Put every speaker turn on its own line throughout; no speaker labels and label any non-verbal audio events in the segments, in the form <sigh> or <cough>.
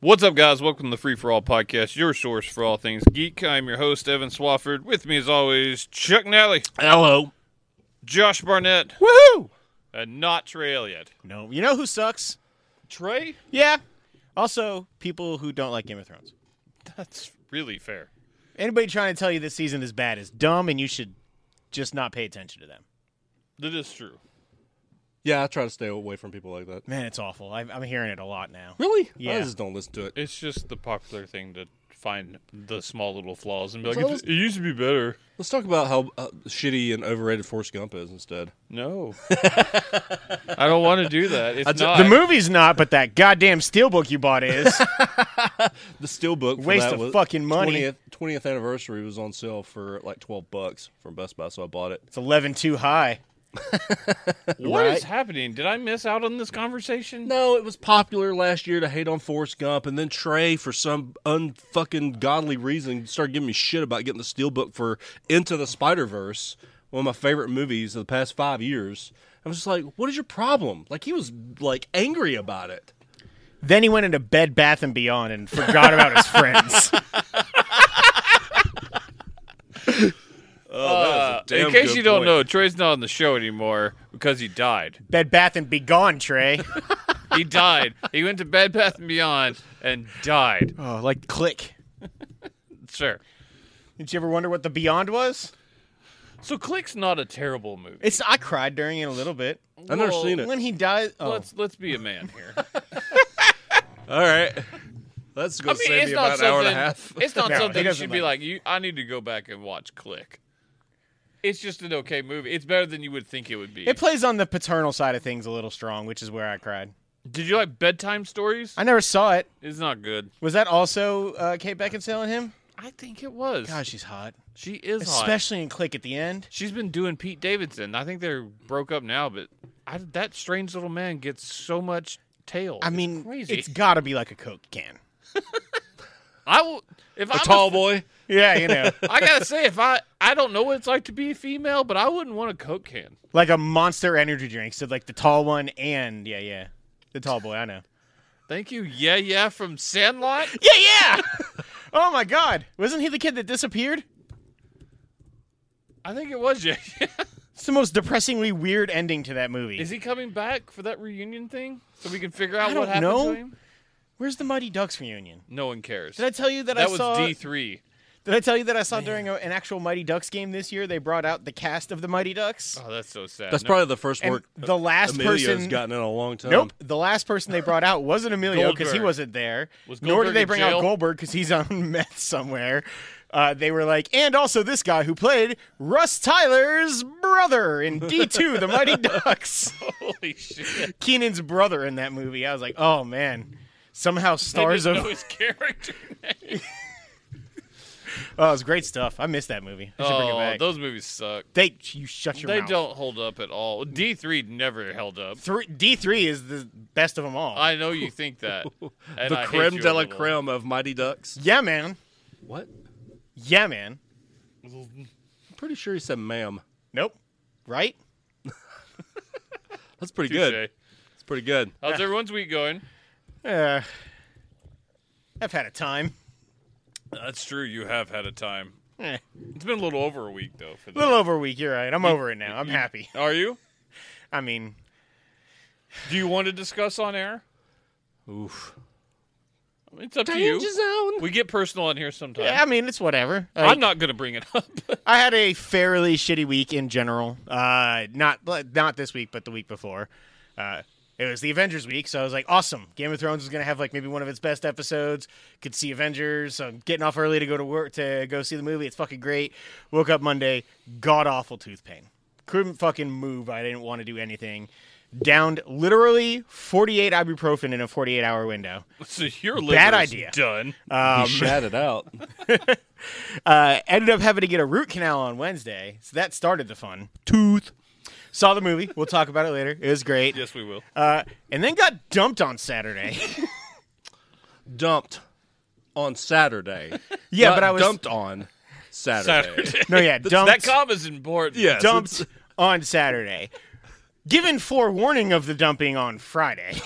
What's up, guys? Welcome to the Free for All podcast, your source for all things geek. I'm your host, Evan Swafford. With me, as always, Chuck Nally,
Hello.
Josh Barnett,
Woohoo!
and not Trey Elliott.
No, you know who sucks?
Trey?
Yeah. Also, people who don't like Game of Thrones.
That's really fair.
Anybody trying to tell you this season is bad is dumb, and you should just not pay attention to them.
That is true.
Yeah, I try to stay away from people like that.
Man, it's awful. I, I'm hearing it a lot now.
Really?
Yeah.
I just don't listen to it.
It's just the popular thing to find the small little flaws and be like,
So I
"It's-
was-
it used to be better.
Let's talk about how uh, shitty and overrated Forrest Gump is instead.
No. I don't want to do that. It's not.
Uh, The movie's not, but that goddamn steelbook you bought <laughs> is.
The steelbook for
Waste
that
of
was-
fucking money.
20th, 20th anniversary was on sale for like 12 bucks from Best Buy, so I bought it.
it's 11 too high.
What is
right?
happening? Did I miss out on this conversation?
No, it was popular last year to hate on Forrest Gump, and then Trey, for some unfucking godly reason, started giving me shit about getting the steelbook for Into the Spider Verse, one of my favorite movies of the past five years. I was just like, "What is your problem?" Like he was like angry about it.
Then he went into Bed Bath and Beyond and forgot about his <laughs> friends.
Uh, in
damn
case
good
you don't
point.
know, Trey's not on the show anymore because he died.
Bed Bath and Begone, Trey.
He died. he went to Bed Bath and Beyond and died.
Oh, like click.
Sure.
Did you ever wonder what the Beyond was?
So Click's not a terrible movie.
It's I cried during it a little bit.
I've never seen it.
When he dies, oh.
Let's let's be a man
<laughs>
here.
All right. That's going to save me about an hour and a half.
It's not
<laughs>
No, he
something you
doesn't
should be
like
like. You, I need to go back and watch Click. It's just an okay movie. It's better than you would think it would be.
It plays on the paternal side of things a little strong, which is where I cried.
Did you like bedtime stories?
I never saw it.
it's not good.
Was that also uh, Kate Beckinsale and him?
I think it was.
God, she's hot,
she is hot.
especially in Click at the end.
She's been doing Pete Davidson. I think they're broke up now, but I, that strange little man gets so much tail.
I
It's
mean,
crazy.
it's got to be like a Coke can.
I will if I'm
a tall boy.
Yeah,
<laughs>
you know,
I gotta say, if I I don't know what it's like to be a female, but I wouldn't want a Coke can.
like a Monster Energy drink. So like the tall one and yeah, yeah, the tall boy.
<laughs>
I know.
Thank you, yeah, yeah, from Sandlot.
Yeah, yeah. <laughs> oh my God, wasn't he the kid that disappeared?
I think it was yeah. yeah. <laughs>
It's the most depressingly weird ending to that movie.
Is he coming back for that reunion thing so we can figure out what
I don't
happened
know.
to him?
Where's the Mighty Ducks reunion?
No one cares.
Did I tell you that,
that
I
was
saw?
D three.
Did I tell you that I saw during a, an actual Mighty Ducks game this year? They brought out the cast of the Mighty Ducks.
Oh, uh, that's so sad.
That's
No-
probably the first
and
work
the last
Amelia's
person.
gotten in a long time.
nope. The last person they brought out wasn't Emilio because he
Goldberg.
wasn't there.
Was
Nor
Goldberg
did they
in
bring
jail?
out Goldberg because he's on <laughs> meth somewhere. Uh, they were like, and also this guy who played Russ Tyler's brother
<laughs>
in D2, The Mighty Ducks.
holy
<laughs>
shit.
Keenan's brother in that movie. I was like, oh man. Somehow
They
stars
didn't
of.
<laughs> know his
<laughs>
character. name.
Oh, it was great stuff. I missed that movie. I should bring it
oh,
back.
those movies suck.
they, you shut your
They
mouth.
don't hold up at all. D three never held up.
three D three is the best of them all.
I know you think
<laughs>
that. and
the
I hate
creme
you a
de la
little.
creme of Mighty Ducks.
yeah, man.
What?
Yeah, man.
I'm pretty sure he said ma'am.
Nope. Right?
That's pretty
Touche.
good. That's pretty good.
How's everyone's week going?
Uh, I've had a time.
That's true. You have had a time.
Eh,
It's been a little over a week though. For
a little over a week. You're right. I'm over it now. I'm happy.
Are you?
I mean,
Do you want to discuss on air? Oh.
Oof.
I mean, It's up to you.
zone.
We get personal in here sometimes.
yeah, I mean, it's whatever. Like,
I'm not going to bring it up. <laughs>
I had a fairly shitty week in general. Uh, not but not this week, but the week before. Uh, it was the Avengers week, so I was like, awesome. Game of Thrones is gonna have like maybe one of its best episodes. Could see Avengers. So I'm getting off early to go to work to go see the movie. It's fucking great. Woke up Monday, god awful tooth pain. Couldn't fucking move. I didn't want to do anything. Downed literally 48 ibuprofen in a 48 hour window.
so your liver's
Bad idea.
done. Um,
he shat it out.
Uh, ended up having to get a root canal on Wednesday, so that started the fun.
Tooth.
Saw the movie. We'll talk about it later. It was great.
yes, we will.
Uh, and then got dumped
<laughs>
on Saturday.
<laughs> Dumped
<laughs>
on Saturday.
yeah,
Not
but I was
dumped on
<laughs>
Saturday.
Saturday.
no, yeah, dumped,
that comma's important.
<laughs> Yes, <laughs>
dumped
it's-
on Saturday.
<laughs>
Given forewarning of the dumping on Friday.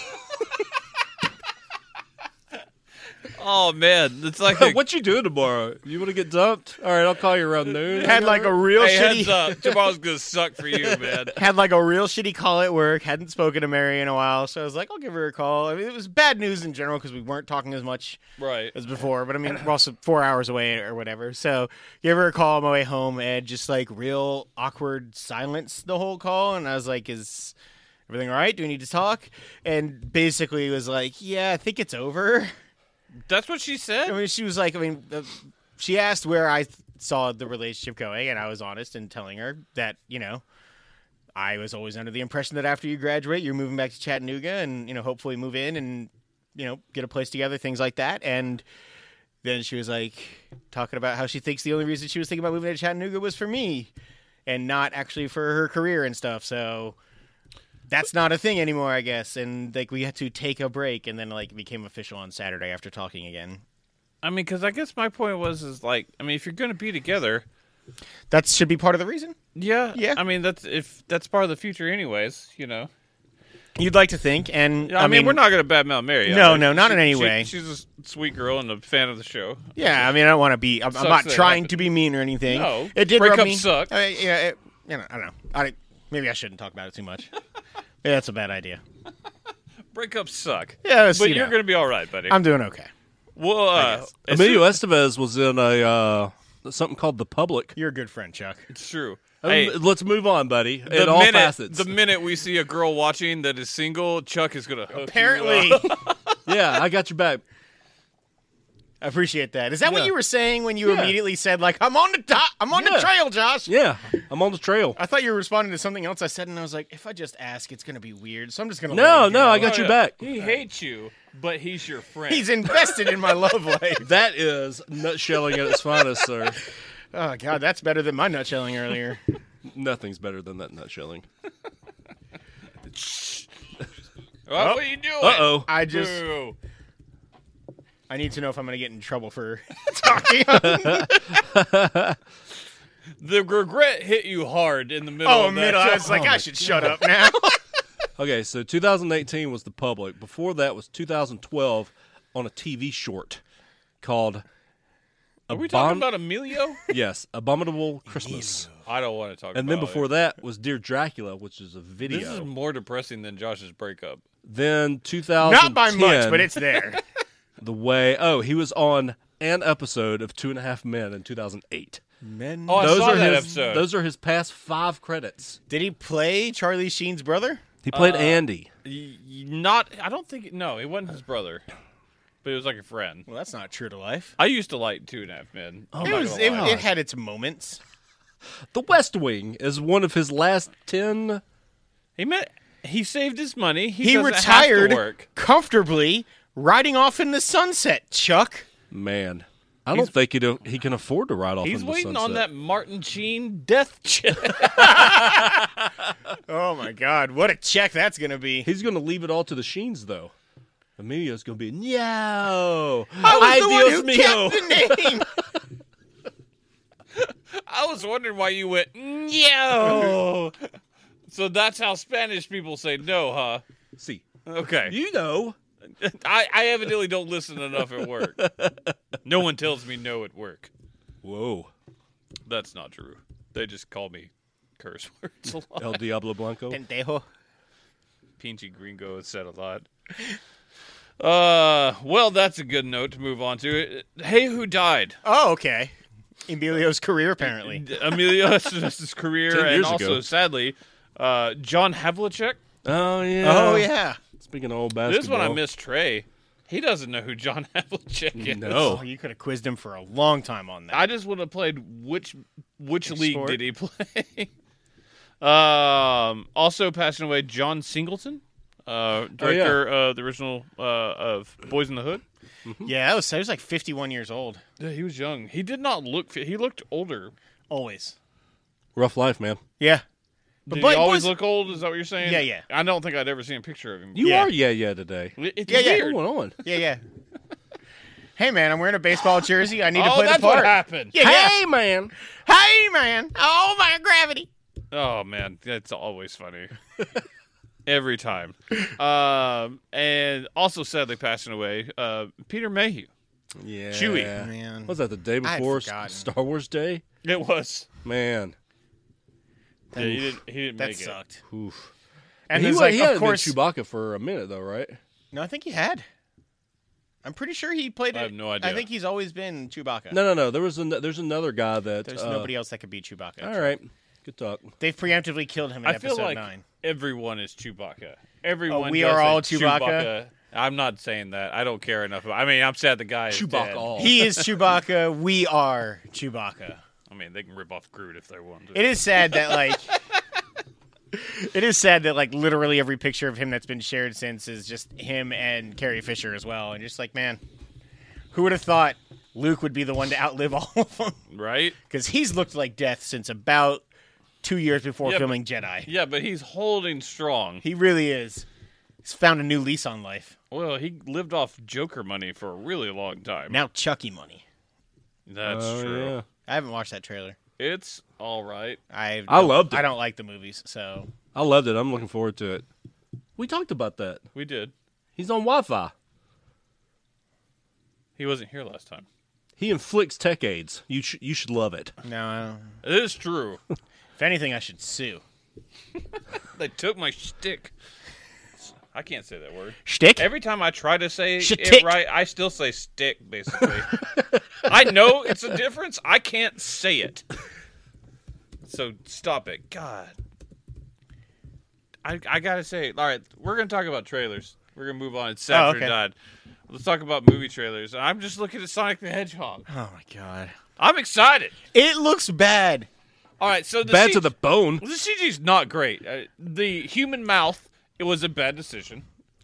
Oh man, it's
<laughs>
like a,
what you doing tomorrow? You want to get dumped? All right, I'll call you around noon.
had like a real
hey,
shitty
heads
<laughs>
up. Tomorrow's gonna suck for you, man.
had like a real shitty call at work. Hadn't spoken to Mary in a while, so I was like, I'll give her a call. I mean, it was bad news in general because we weren't talking as much
Right.
as before, but I mean, we're also four hours away or whatever. So give her a call on my way home, and just like real awkward silence the whole call. And I was like, is everything all right? Do we need to talk? And basically was like, yeah, I think it's over. <laughs>
That's what she
I
said.
mean, she was like, I mean, uh, she asked where I th- saw the relationship going, and I was honest in telling her that, you know, I was always under the impression that after you graduate, you're moving back to Chattanooga and, you know, hopefully move in and, you know, get a place together, things like that. And then she was like, talking about how she thinks the only reason she was thinking about moving to Chattanooga was for me and not actually for her career and stuff. So. That's not a thing anymore, I guess. And like we had to take a break, and then like it became official on Saturday after talking again.
I mean, because I guess my point was is like, I mean, if you're gonna be together,
That should be part of the reason.
yeah,
Yeah.
I mean, that's if that's part of the future, anyways. You know.
You'd like to think, and
Yeah, I, mean, we're not gonna badmouth Mary.
No,
I mean,
no, not
she-
in any
she-
way.
She's a sweet girl and a fan of the show.
Yeah, I mean, I don't want to be. I'm, I'm
Sucks
not
that it
trying
happened.
to be mean or anything.
No,
it did rub
breakups
me.
suck.
I mean, yeah, it, you know, I don't know. I, maybe I shouldn't talk about it too much.
<laughs>
Maybe that's a bad idea.
Breakups suck.
Yeah, it's,
but
you
you're
know.
gonna be all right, buddy.
I'm doing okay.
well, uh,
guess.
as
Emilio Estevez was in a uh, something called The Public.
You're a good friend,
<laughs>
Chuck.
It's true.
Hey,
Hey,
let's move on, buddy.
the
in all
minute,
facets.
The minute we see a girl watching that is single, Chuck is gonna hook you
Apparently,
up.
yeah, I got your back.
<laughs> I appreciate that. Is that what
Yeah.
you were saying when you
Yeah.
immediately said like I'm on the top, I'm on the
Yeah.
trail, Josh?
Yeah, I'm on the trail.
I thought you were responding to something else I said, and I was like, if I just ask, it's gonna be weird, so I'm just gonna. let
No,
it
no,
go.
I got
Oh,
your
yeah.
back.
He hates you, but he's your friend.
He's invested in my love life. <laughs>
That is nutshelling at its finest, sir.
Oh god, that's better than my nutshelling earlier.
Nothing's better than that nutshelling.
Well, What are you doing?
Uh oh.
I just
Boo.
I need to know if I'm gonna get in trouble <laughs> for talking. oh,
The regret hit you hard in the middle. of that.
Oh, middle. I was like, I should shut up now. <laughs>
Okay, so 2018 was the public. Before that was 2012 on a TV short called.
Are we
Abom-
talking about
<laughs>
Emilio?
Yes, Abominable Christmas.
I don't want to talk.
And
about
then before that was Dear Dracula, which is a
it.
video.
this is more depressing than Josh's breakup.
then 2010.
Not by much, but it's there.
the way. Oh, he was on an episode of Two and a Half Men in 2008.
Men.
Oh, I
those
saw
are
that
his.
episode.
Those are his past five credits.
<laughs>
Uh,
Did he play Charlie Sheen's brother?
He played Andy.
Y- y- Not. I don't think. No, it wasn't his brother, but it was like a friend.
Well, that's not true to life.
I used to like Two and a Half Men. I'm
it
not
was.
gonna
It,
lie.
it had its moments.
The West Wing is one of his last ten.
He met. He saved his money. He,
He
doesn't have to
retired
work.
comfortably, riding off in the sunset. Chuck.
Man, I don't think he don't, he can afford to ride off.
He's
into
waiting
sunset.
on that Martin Sheen death check.
Oh my God, what a check that's gonna be.
He's going to leave it all to the Sheens, though. Emilio's going to be no.
I was
Ay,
the
Dios
one
mío.
who kept the name.
<laughs> I was wondering why you went no. so that's how Spanish people say no, huh?
See,
Okay.
you know.
I, I evidently don't listen enough at <laughs> work. No one tells me no at work.
Whoa,
That's not true. They just call me curse words a lot.
El Diablo Blanco.
<laughs> Pendejo.
Pinchy Gringo has said a lot. Uh, well, that's a good note to move on to. Hey, who died?
Oh, okay. Emilio's career, apparently.
<laughs>
Emilio Estevez's career,
Ten
and
years
also
ago.
sadly, uh, John Havlicek.
Oh yeah.
Oh, yeah.
Speaking of old
This
basketball,
is when I miss Trey. He doesn't know who John <laughs> Havlicek is.
No.
Oh, you could have quizzed him for a long time on that.
I just would have played which which league
sport?
did he play? <laughs> um, also passing away, John Singleton,
Oh,
uh, director of the original uh, of Boys in the Hood.
yeah, that was, he was like 51 years old.
Yeah, he was young. He did not look. Fit. He looked older.
Always.
Rough life, man.
Yeah.
But did
Blake
he always
was-
look old? Is that what you're saying?
Yeah, yeah.
I don't think I'd ever seen a picture of him.
You
Yeah.
are yeah yeah today.
It's
Yeah, yeah.
weird.
What's going on?
Yeah, yeah. <laughs> hey, man, I'm wearing a baseball jersey. I need to
Oh,
play
that's
the part.
what happened.
Yeah, yeah.
man.
Hey, man. Oh, my gravity.
Oh man, that's always
<laughs>
funny. Every time. Um, and also sadly passing away, uh, Peter Mayhew.
Yeah.
Chewie.
Man.
Was that the day
I had
before S-
forgotten.
Star Wars Day?
It was.
Man.
Yeah, he didn't. He didn't
That
make it.
sucked.
Oof.
And
he
he's
wa-
like,
he
of
hadn't
course.
been Chewbacca for a minute though, right?
No, I think he had. I'm pretty sure he played.
I
it-
have no idea.
I think he's always been Chewbacca.
No, no, no. There was an, there's another guy that.
There's
uh,
nobody else that could be Chewbacca.
All right. Good talk.
They've preemptively killed him in
I
episode
feel like
nine. Oh,
everyone is Chewbacca. Everyone.
we
does
are
a
all Chewbacca?
I'm not saying that. I don't care enough. About, I mean, I'm sad the guy is dead.
He is Chewbacca. We are Chewbacca.
I mean, they can rip off Groot if they want to.
It is sad that like it is sad that like literally every picture of him that's been shared since is just him and Carrie Fisher as well, and just like man, who would have thought Luke would be the one to outlive all of them
right?
because he's looked like death since about two years before
Yeah, but-
filming Jedi.
Yeah, but he's holding strong.
He really is. He's found a new lease on life.
Well, he lived off Joker money for a really long time.
Now Chucky money.
That's
Oh,
true.
yeah.
I haven't watched that trailer.
It's all right.
I
I loved it.
I don't like the movies, so
I loved it. I'm looking forward to it. We talked about that.
We did.
He's on Wi-Fi.
He wasn't here last time.
He inflicts tech aids. You sh- you should love it.
no. I don't.
It is true.
If anything, I should sue.
they took my shtick. I can't say that word.
Shtick.
Every time I try to say it
Shtick.
right, I still say stick, basically. I know it's a difference. I can't say it. So stop it. God. I, I gotta say, all right, we're gonna talk about trailers. We're gonna move on. It's
Oh,
Saturday
okay.
died. Let's talk about movie trailers. I'm just looking at Sonic the Hedgehog.
Oh my god.
I'm excited.
It looks bad.
All right, so the
Bad
C-
to the bone.
the CG's not great. Uh, the human mouth it was a bad decision,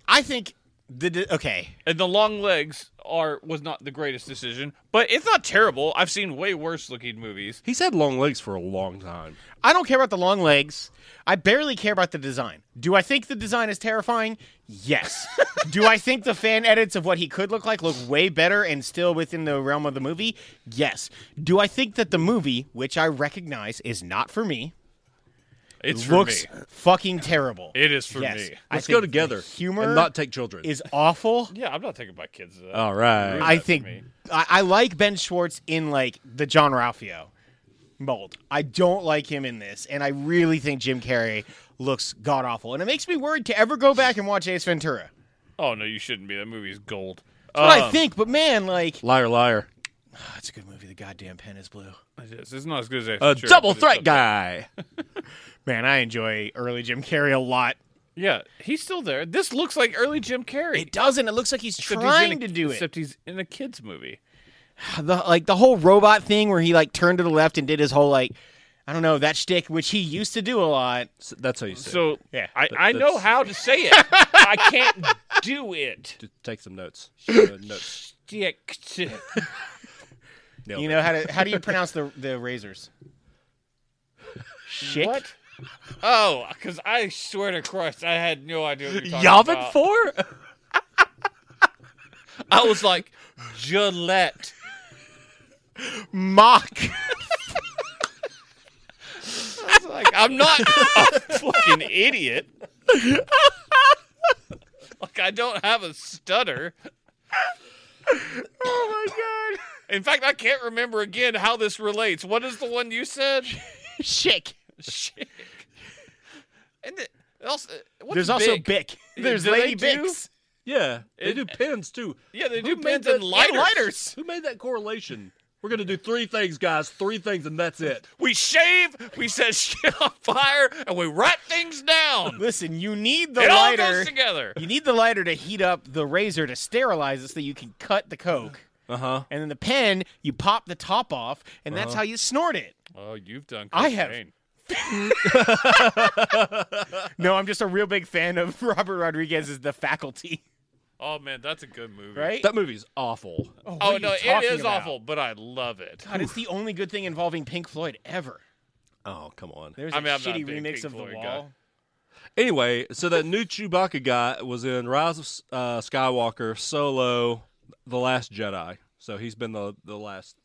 I think the de- okay.
and the long legs are was not the greatest decision. But it's not terrible. I've seen way worse looking movies.
He's had long legs for a long time.
I don't care about the long legs. I barely care about the design. Do I think the design is terrifying? Yes. Do I think the fan edits of what he could look like look way better and still within the realm of the movie? Yes. Do I think that the movie, which I recognize is not for me,
It's for
looks
me.
fucking terrible?
It is for
yes.
me.
I
Let's
think
go together.
the Humor
and not take children.
is awful.
Yeah, I'm not taking my kids to that.
All right.
Really?
I
that for
think
me.
I, I like Ben Schwartz in like the John Ralphio mold. I don't like him in this, and I really think Jim Carrey looks god awful, and it makes me worried to ever go back and watch Ace Ventura.
oh no, you shouldn't be. That movie's gold.
That's what I
Um,
think, but man, like
liar, liar.
Ah, it's a good movie. The goddamn pen is blue.
it is. It's not as good as Ace
A
Ventura,
double
but it's
threat
up-
<laughs> guy.
Man, I enjoy early Jim Carrey a lot.
Yeah, he's still there. This looks like early Jim Carrey.
It doesn't. It looks like he's
Except he's in
trying
a-
to do it.
Except he's in a kids movie.
the like the whole robot thing where he like turned to the left and did his whole like I don't know that shtick, which he used to do a lot.
S- That's how you say. it.
So
Yeah,
I, I
that's-
know how to say it. I can't do it.
Just take some notes. Uh, notes.
<laughs> Dick.
Nailed
You
it.
know how to how do you pronounce the the razors? Shit.
What? Oh, because I swear to Christ, I had no idea what you're talking
Yavin
about.
four.
I was like, Gillette.
Mock.
I was like, I'm not a fucking idiot. like, I don't have a stutter.
oh my
In fact, I can't remember again how this relates. What is the one you said?
god. Shit.
Shit. And it, also, what's
There's also
big?
Bic. There's
Do they
Lady
do?
<laughs> Bix.
Yeah, they
It-
do pins too.
Yeah, they
Who
do
made
pins
that-
and lighters.
and lighters.
Who made that correlation? We're gonna do three things, guys. Three things, and that's it.
We shave, we set shit on fire, and we write things down.
Listen, you need the
it all
lighter.
goes together.
You need the lighter to heat up the razor to sterilize it so you can cut the coke.
Uh huh.
And then the pen, you pop the top off, and that's how you snort it.
<laughs> Oh, you've done.
I have- cocaine. No, I'm just a real big fan of <laughs> Robert Rodriguez's The Faculty, <laughs>
Oh man, that's a good movie.
right?
That movie's awful.
what
Oh
are
no,
you
it
talking
is
about?
awful, but I love it.
God, it's the only good thing involving Pink Floyd ever.
Oh come on.
There's a
I mean, I'm not a
shitty
big
remix
Pink
of
Floyd
The
guy.
Wall.
Anyway, so that new Chewbacca guy was in Rise of uh, Skywalker, Solo, The Last Jedi. So he's been the the last.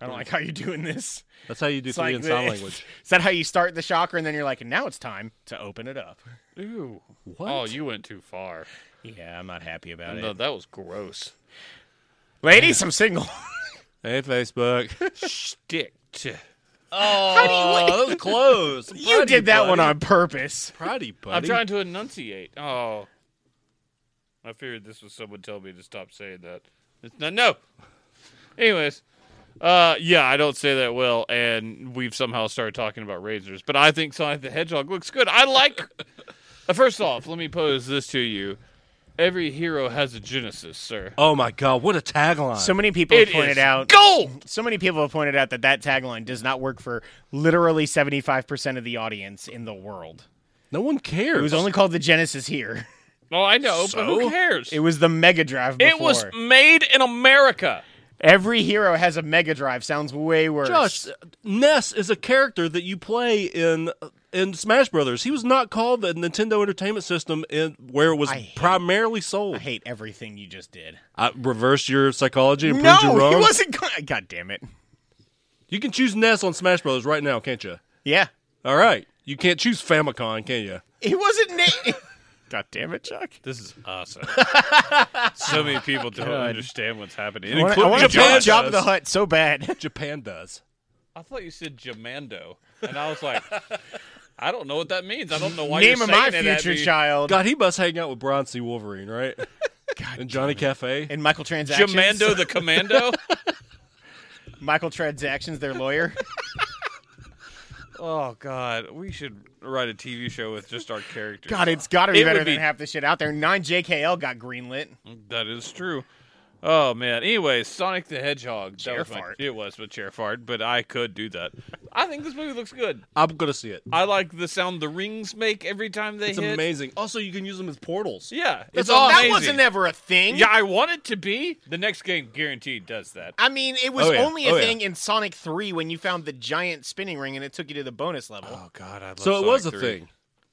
I don't like how you're doing this.
That's how you do
It's
three
like
in sign
the- <laughs>
language.
Is that how you start the shocker and then you're like, and now it's time to open it up?
Ooh.
What?
Oh, you went too far.
Yeah, I'm not happy about
No,
it.
that was gross.
Ladies, I'm single.
Hey, Facebook.
Sticked. <laughs>
Oh, that was close. I'm proud
you
of
did that one
buddy.
on purpose.
Proud of you, buddy.
I'm trying to enunciate. Oh. I figured this was someone telling me to stop saying that. It's not, no. Anyways, uh, yeah, I don't say that well, and we've somehow started talking about razors, but I think Sonic the Hedgehog looks good. I like. <laughs> Uh, First off, let me pose this to you: Every hero has a genesis, sir.
Oh my god, what a tagline!
So many people have
It
pointed
is
out.
gold.
So many people have pointed out that that tagline does not work for literally 75% of the audience in the world.
no one cares.
It was only called the Genesis here.
Oh, I know, but who
So?
cares?
It was the Mega Drive before.
It was made in America.
Every hero has a Mega Drive. Sounds way worse.
Josh Ness is a character that you play in in Smash Brothers. He was not called the Nintendo Entertainment System in where it was
I hate-
primarily sold.
I hate everything you just did.
I reverse your psychology and
No,
proved you wrong.
he wasn't. Go- God damn it.
You can choose Ness on Smash Brothers right now, can't you?
Yeah,
All right, you can't choose Famicom, can you?
<laughs> he wasn't
<laughs>
named. God damn it, Chuck.
This is <laughs> awesome. so many people don't understand what's happening.
I wanna- I
including
want to play
Japan
Job of the
does.
Hut so bad.
Japan does.
I thought you said Jamando, and I was like, I don't know what that means. I don't know
<laughs>
why
Name
you're
of my
saying it at
future
me.
child.
God, he must hang out with Bron C.
<laughs>
Wolverine, right? and Johnny Cafe.
And Michael Transactions.
Jamando the Commando.
<laughs> Michael Transactions, their
<laughs>
lawyer.
oh God, we should write a TV show with just our characters.
God, it's got to be
It
better
would
than
be-
half the shit out there. 9JKL got greenlit.
That is true. Oh man. Anyway, Sonic the Hedgehog.
Chair
that was my-
fart.
it was with chair fart, but I could do that. I think this movie looks good.
I'm gonna see it.
I like the sound the rings make every time they
It's
hit.
amazing. Also, you can use them as portals.
Yeah, it's
Listen,
amazing.
That wasn't ever a thing.
Yeah, I want it to be. The next game guaranteed does that.
I mean, it was
Oh, yeah.
only a
Oh, yeah.
thing in Sonic 3 when you found the giant spinning ring and it took you to the bonus level.
Oh God, I love
So it was a
Sonic 3.
thing.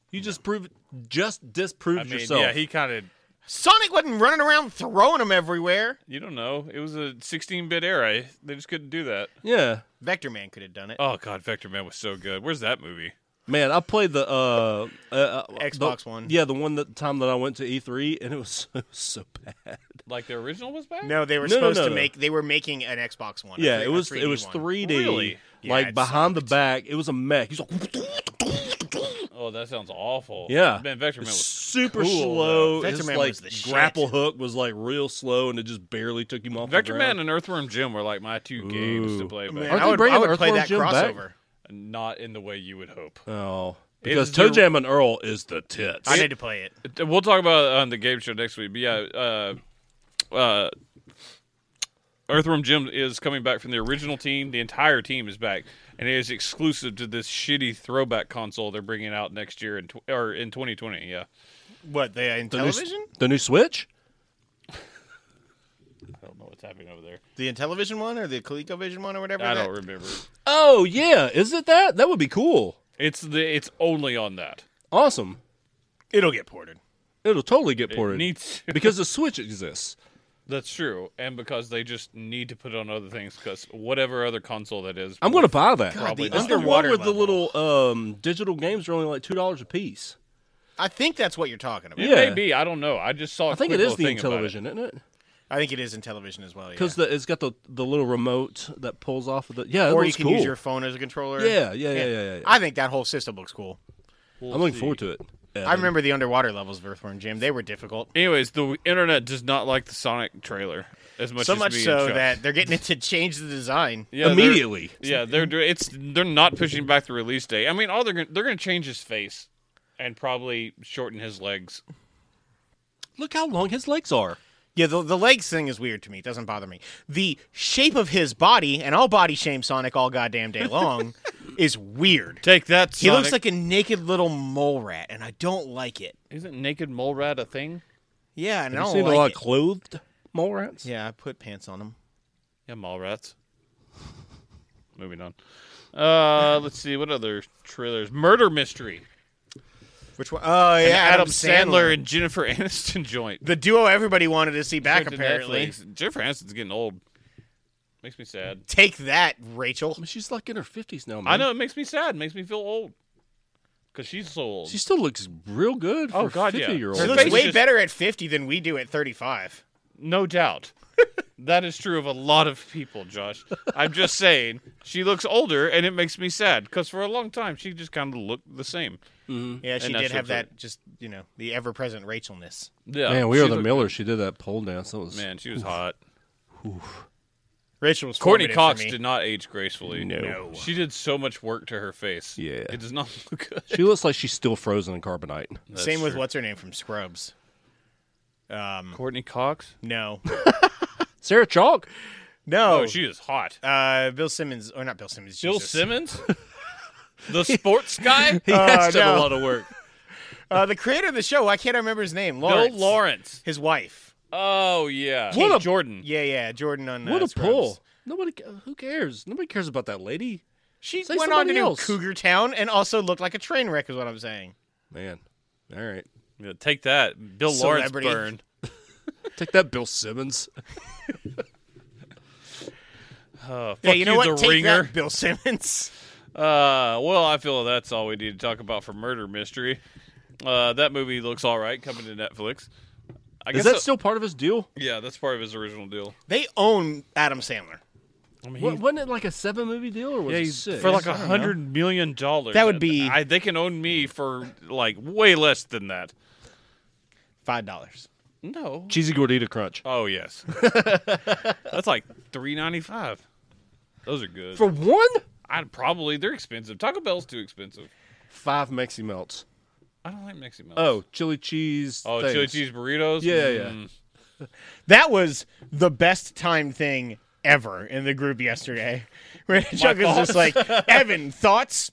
You just proved, just disproved
I mean,
yourself.
yeah, he kind of.
Sonic wasn't running around throwing them everywhere.
You don't know. It was a 16-bit era. They just couldn't do that.
Yeah.
Vector Man could have done it.
Oh God, Vector Man was so good. Where's that movie?
Man, I played the uh, uh, uh
Xbox
the-
One.
Yeah, the one that time that I went to E3, and it was <laughs> so so bad.
Like the original was back.
No, they were
No, no,
supposed
no,
to
no.
make. They were making an Xbox One. a
Yeah,
three-
it
a
was
3D
it was
one.
3D,
Really?
Yeah,
like
it
behind the back. It was a mech. He's like, <laughs>
Oh, that sounds awful.
yeah,
Man, Vector Man was.
super
cool,
slow.
though.
His
Vectorman
like
was the shit.
grapple hook was like real slow, and it just barely took him off.
Vector
the
Man
ground.
and Earthworm Jim were like my two games to
Ooh.
play back.
Man,
Aren't
I
they
would,
bringing
I would play
Earthworm
that
Jim back?
crossover.
Not in the way you would hope.
Oh, because
was the-
Toe Jam and Earl is the tits.
I need to play it.
We'll talk about it on the game show next week. But yeah, uh, uh, Earthworm Jim is coming back from the original team. The entire team is back, and it is exclusive to this shitty throwback console they're bringing out next year in tw- or in 2020. Yeah,
What the in
the, new,
television?
the new Switch.
I don't know what's happening over there.
The Intellivision one or the ColecoVision one or whatever.
I
that-
don't remember.
Oh yeah, is it that? That would be cool.
It's the it's only on that.
Awesome.
It'll get ported.
It'll totally get ported.
needs to.
because the Switch exists.
That's true, and because they just need to put it on other things, because whatever other console that is,
I'm going to buy that.
God, the
It's the
underwater
one with the
level.
little um, digital games are only like two dollars a piece.
I think that's what you're talking about.
It
Yeah.
may be. I don't know. I just saw. a
I think
quick
it is
little
the
thing about it.
television, isn't it?
I think it is in television as well. Yeah.
Because it's got the, the little remote that pulls off of the yeah. It
or you
looks
can
cool.
use your phone as a controller.
Yeah, yeah, yeah, yeah, yeah, yeah.
I think that whole system looks cool.
We'll
I'm looking
see.
forward to it.
I remember the underwater levels of Earthworm Jim. They were difficult.
Anyways, the internet does not like the Sonic trailer as much
so
as
much
me and
so
Chuck.
<laughs> that they're getting it to change the design.
yeah, they're-
immediately.
yeah, they're do- it's they're not pushing back the release date. I mean, all they're gonna, they're going to change his face and probably shorten his legs.
Look how long his legs are.
Yeah, the, the legs thing is weird to me. It doesn't bother me. The shape of his body, and I'll body shame Sonic all goddamn day
<laughs>
long, is weird.
Take that,
He looks like a naked little mole rat, and I don't like it.
isn't naked mole rat a thing?
Yeah, and I don't
Have you seen
like
a lot
it.
of clothed mole rats?
yeah, I put pants on him.
Yeah, mole rats. Moving on. Uh, let's see what other trailers. Murder mystery.
Which one? Oh yeah,
An Adam Sandler and Jennifer <laughs> Aniston joint.
the duo everybody wanted to see back.
Went to
Apparently,
Netflix. Jennifer Aniston's getting old. Makes me sad.
take that, Rachel.
I mean, she's like in her fifties now. Man.
I know it makes me sad. It makes me feel old because she's so old.
She still looks real good for
Oh, God, yeah.
fifty year old.
She
Her
looks
face
way
is just-
better at fifty than we do at thirty-five.
No doubt. <laughs> that is true of a lot of people, Josh. I'm just saying, she looks older and it makes me sad because for a long time she just kind of looked the same.
Yeah, she
Mm-hmm. And that's
did have
what
that just you know the ever present Rachelness.
Yeah.
Man, we are
she
the
looked-
Millers. She did that pole dance. That was
Oh, Man, she was hot.
Rachel was
Courtney
formative for
Cox
me.
did not age gracefully.
No.
No.
She did so much work to her face.
Yeah.
It does not <laughs> look good.
She looks like she's still frozen in carbonite.
That's
Same with
true.
what's her name from Scrubs. Um,
Mm. Courtney Cox? <laughs>
no,
Sarah Chalk.
no.
Oh, she is hot.
uh, Bill Simmons or not Bill Simmons?
Bill <laughs>
Jesus.
Simmons? the sports <laughs> guy?
He has done a
no.
lot of work.
Uh, the creator of the show. Why can't I remember his name?
Bill
Lawrence.
Lawrence.
His wife.
Oh yeah.
What
Kate
a-
Jordan.
Yeah, yeah. Jordan on uh,
what a
Scrubs.
pull. Nobody. Who cares? Nobody cares about that lady.
She
Say
went on to
somebody else.
do Cougar Town and also looked like a train wreck. Is what I'm saying.
Man. All right.
Yeah, take that. Bill
Celebrity.
Lawrence
Take that, Bill Simmons.
burn. Uh, fuck
yeah, you know what?
the
Take
ringer.
that, <laughs> Bill Simmons.
Uh, well, I feel that's all we need to talk about for murder mystery. Uh, that movie looks all right coming to Netflix. I
Is
guess
that
so-
still part of his deal?
yeah, that's part of his original deal.
They own Adam Sandler.
I mean,
Wa- Wasn't it like a seven movie deal or was it six?
for like a hundred million dollars.
That would
and
be-
I, they can own me for like way less than that.
Five dollars.
No.
cheesy gordita crunch
Oh
<laughs>
yes. that's like three ninety five. Those are good.
for one.
I'd probably they're expensive. Taco Bell's too expensive.
Five Mexi melts.
I don't like Mexi Melts.
Oh, chili cheese.
oh,
things.
chili cheese burritos.
Yeah, yeah, yeah.
Mm.
That was the best time thing ever in the group yesterday. <laughs> Where Chuck is just like,
<laughs>
Evan, thoughts?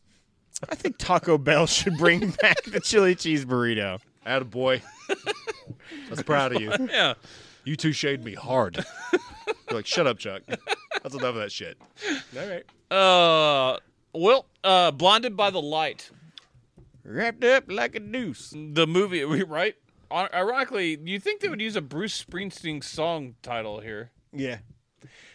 I think Taco Bell should bring <laughs> back the chili cheese burrito.
<laughs>
Attaboy. I was proud of you.
yeah.
You two shade me hard.
<laughs>
You're like, shut up, Chuck. That's enough of that shit. All right.
Uh, well, uh, blinded by the light,
Wrapped up like a noose.
the movie, <laughs> right? On- Ironically, you think they would use a Bruce Springsteen song title here?
Yeah.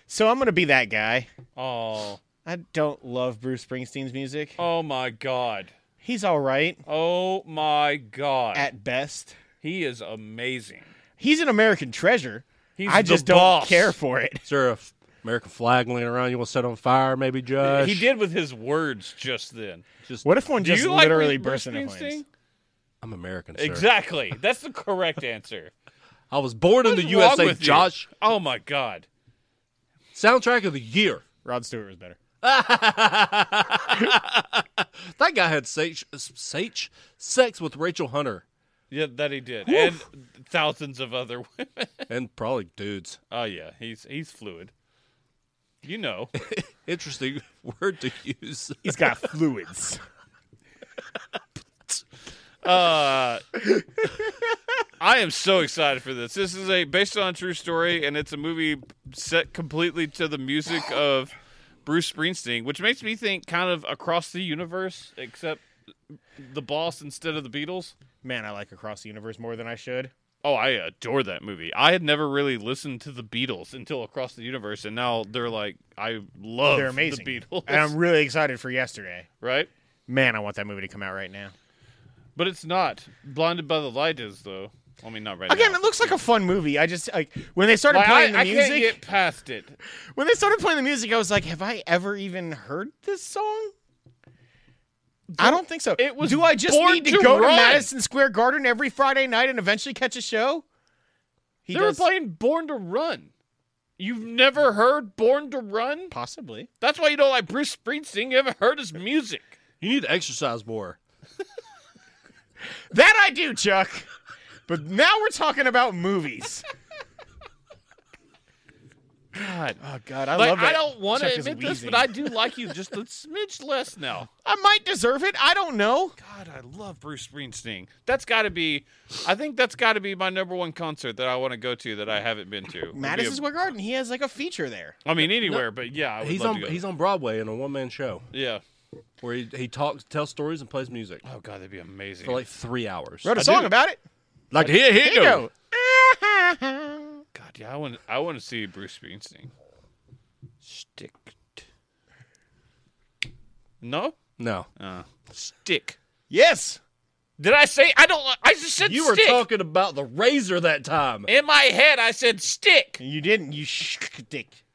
So I'm going to be that guy.
Oh,
I don't love Bruce Springsteen's music.
oh my God,
He's all right
oh my God,
at best.
he is amazing.
He's an American treasure.
He's
I
the
just
boss.
don't care for it.
Is there a f- American flag laying around you want to set on fire, maybe, Josh?
He did with his words just then.
Just,
What if one
Do
just
you
literally
like Bruce
bursts into
Springsteen?
flames?
I'm American, sir.
Exactly, that's the correct answer.
<laughs>
I was born in
What's
the
wrong
USA,
with you?
Josh.
Oh my God.
Soundtrack of the year.
Rod Stewart was better.
That guy had sage, sage, sex with Rachel Hunter
Yeah, that he did, and thousands of other women. <laughs>
and probably dudes.
Oh yeah, he's he's fluid. You know,
Interesting <laughs> word to use.
He's got <laughs> fluids.
uh, <laughs> I am so excited for this. This is a based on a true story, and it's a movie set completely to the music of Bruce Springsteen, which makes me think kind of across the universe, except the Boss instead of the Beatles.
Man, I like Across the Universe more than I should.
Oh, I adore that movie. I had never really listened to the Beatles until Across the Universe, and now they're like, I love
They're amazing.
the Beatles,
And I'm really excited for yesterday.
<laughs> right?
Man, I want that movie to come out right now.
But it's not. Blinded by the Light is though. I mean, not right
Again,
now.
it looks like a fun movie. I just like when they started
Like,
playing
I, I
the
can't
music.
get past it.
When they started playing the music, I was like, "Have I ever even heard this song?" I don't think so.
it was
Do I just
born
need to,
to
go
run.
to Madison Square Garden every Friday night and eventually catch a show? He
they
does-
were playing Born to Run. You've never heard Born to Run?
possibly.
That's why you don't like Bruce Springsteen. You haven't heard his music.
You need to exercise more.
That I do, Chuck. But now we're talking about movies.
God.
<laughs> Oh God, I
Like,
love it.
I don't want to
Chuck is
admit this,
wheezing.
but I do like you just a smidge less now.
I might deserve it. I don't know.
God, I love Bruce Springsteen. That's got to be, I think that's got to be my number one concert that I want to go to that I haven't been to. Would be
Madison
a-
Square Garden. He has like a feature there.
I mean, anywhere, but yeah, I would
He's
love
on
to go.
he's on Broadway in a one man show
yeah.
where he, he talks, tells stories, and plays music
Oh God, that'd be amazing.
for like three hours.
Wrote a
I
song
do.
about it.
Like here, here,
Here you go.
God, yeah, I want I want to see Bruce Springsteen. Stick. No.
No,
Uh, stick.
Yes.
Did I say I don't? I just said
You were
stick.
talking about the razor that time.
in my head. I said stick.
You didn't. You shtick.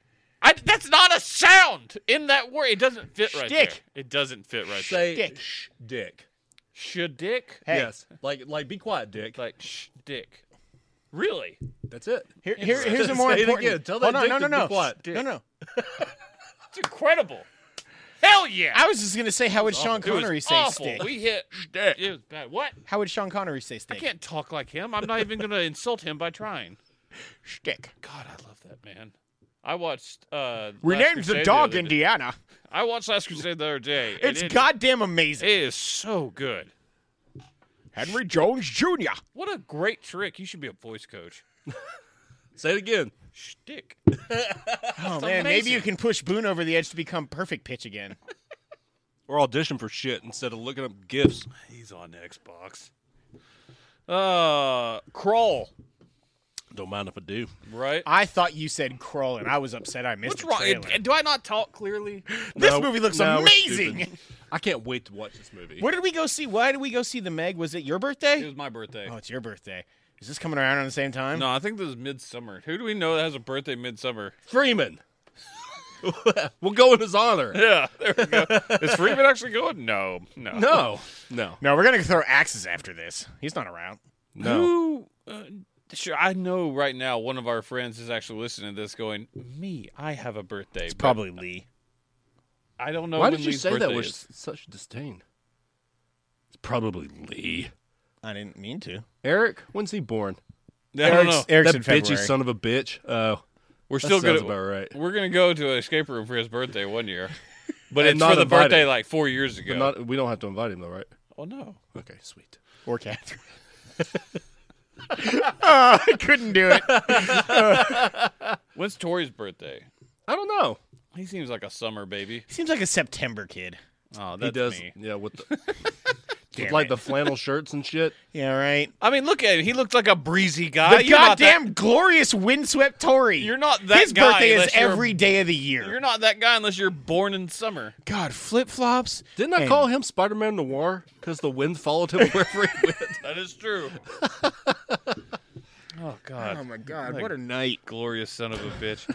I, that's not a sound in that word. It doesn't fit right
Shtick.
there. It doesn't fit right there.
Say
Dick.
Shh, dick.
Should dick
Hey,
Yes. Like like be quiet, dick.
like sh- dick? Really?
That's it.
Here, here, here's a more
Say it
important.
again. Tell
Hold
that
on,
dick
no,
to
no,
be
no,
quiet.
no, no.
It's incredible. Hell yeah!
I was just gonna say, how would Sean
It was
Connery say
awful.
stick?
We hit
Dick.
It was bad. What?
How would Sean Connery say
I
stick?
can't talk like him. I'm not even going to insult him by trying.
Shtick.
God, I love that man. I watched. Uh,
We
Last
named
Crusade
the dog
other day.
Indiana.
I watched Last Crusade the other day. and
It's
it-
goddamn amazing.
it is so good.
Henry Jones Jr.
What a great trick! You should be a voice coach.
Say it again.
<laughs>
Shtick.
Oh man, maybe
amazing.
you can push Boone over the edge to become perfect pitch again.
Or audition for shit instead of looking up gifts.
He's on Xbox. Uh, crawl.
Don't mind if I do.
Right.
I thought you said crawl, and I was upset I missed
What's
the
wrong?
trailer.
Do I not talk clearly?
this
No,
movie looks
no, it's
amazing.
stupid. I can't wait to watch this
<laughs>
movie.
Where did we go see? Why did we go see the Meg? Was it your
It
birthday?
was my birthday.
Oh, it's your birthday. Is this coming around at the same time?
No, I think this is midsummer. Who do we know that has a birthday midsummer?
Freeman. <laughs> we'll go in his honor.
Yeah, there we go. is Freeman
<laughs>
actually going? No, no,
No. No.
No, we're gonna throw axes after this. He's not around.
Who? Uh, sure, I know right now one of our friends is actually listening to this, going, "Me, I have a birthday." but
Probably Lee.
I don't know.
Why
when
did you
Lee's
say that
birthday
with
is.
s- such disdain? It's probably Lee.
I didn't mean to.
Eric, when's he born?
I don't know.
Eric's- Eric's
that
in
bitchy
February.
son of a bitch. Oh,
We're
that
still
sounds
gonna.
about right.
We're gonna go to an escape room for his birthday one
<laughs>
year, but
And
it's
not
for the
invited.
birthday like four years ago.
But not, we don't have to invite him though, right?
oh no.
Okay, sweet.
<laughs>
Or Catherine. oh, I couldn't do it.
When's Tori's birthday?
I don't know.
He seems like a summer baby.
<laughs> Seems like a September kid.
Oh, that's
he does.
me. <laughs>
Yeah, with, the,
Damn
with like
it.
the flannel shirts and shit.
Yeah, right.
I mean, look at him. He looks like a breezy guy.
The
Uh, You're not that-
goddamn glorious windswept Tory.
You're not that
His
guy
birthday is
unless you're-
every day of the year.
You're not that guy unless you're born in
<laughs>
summer.
God, flip flops.
Didn't I call him Spider-Man Noir because the wind followed
<laughs>
him wherever he went?
That is
<laughs>
true. oh God,
Oh my God, what a night.
glorious son of a <laughs> bitch.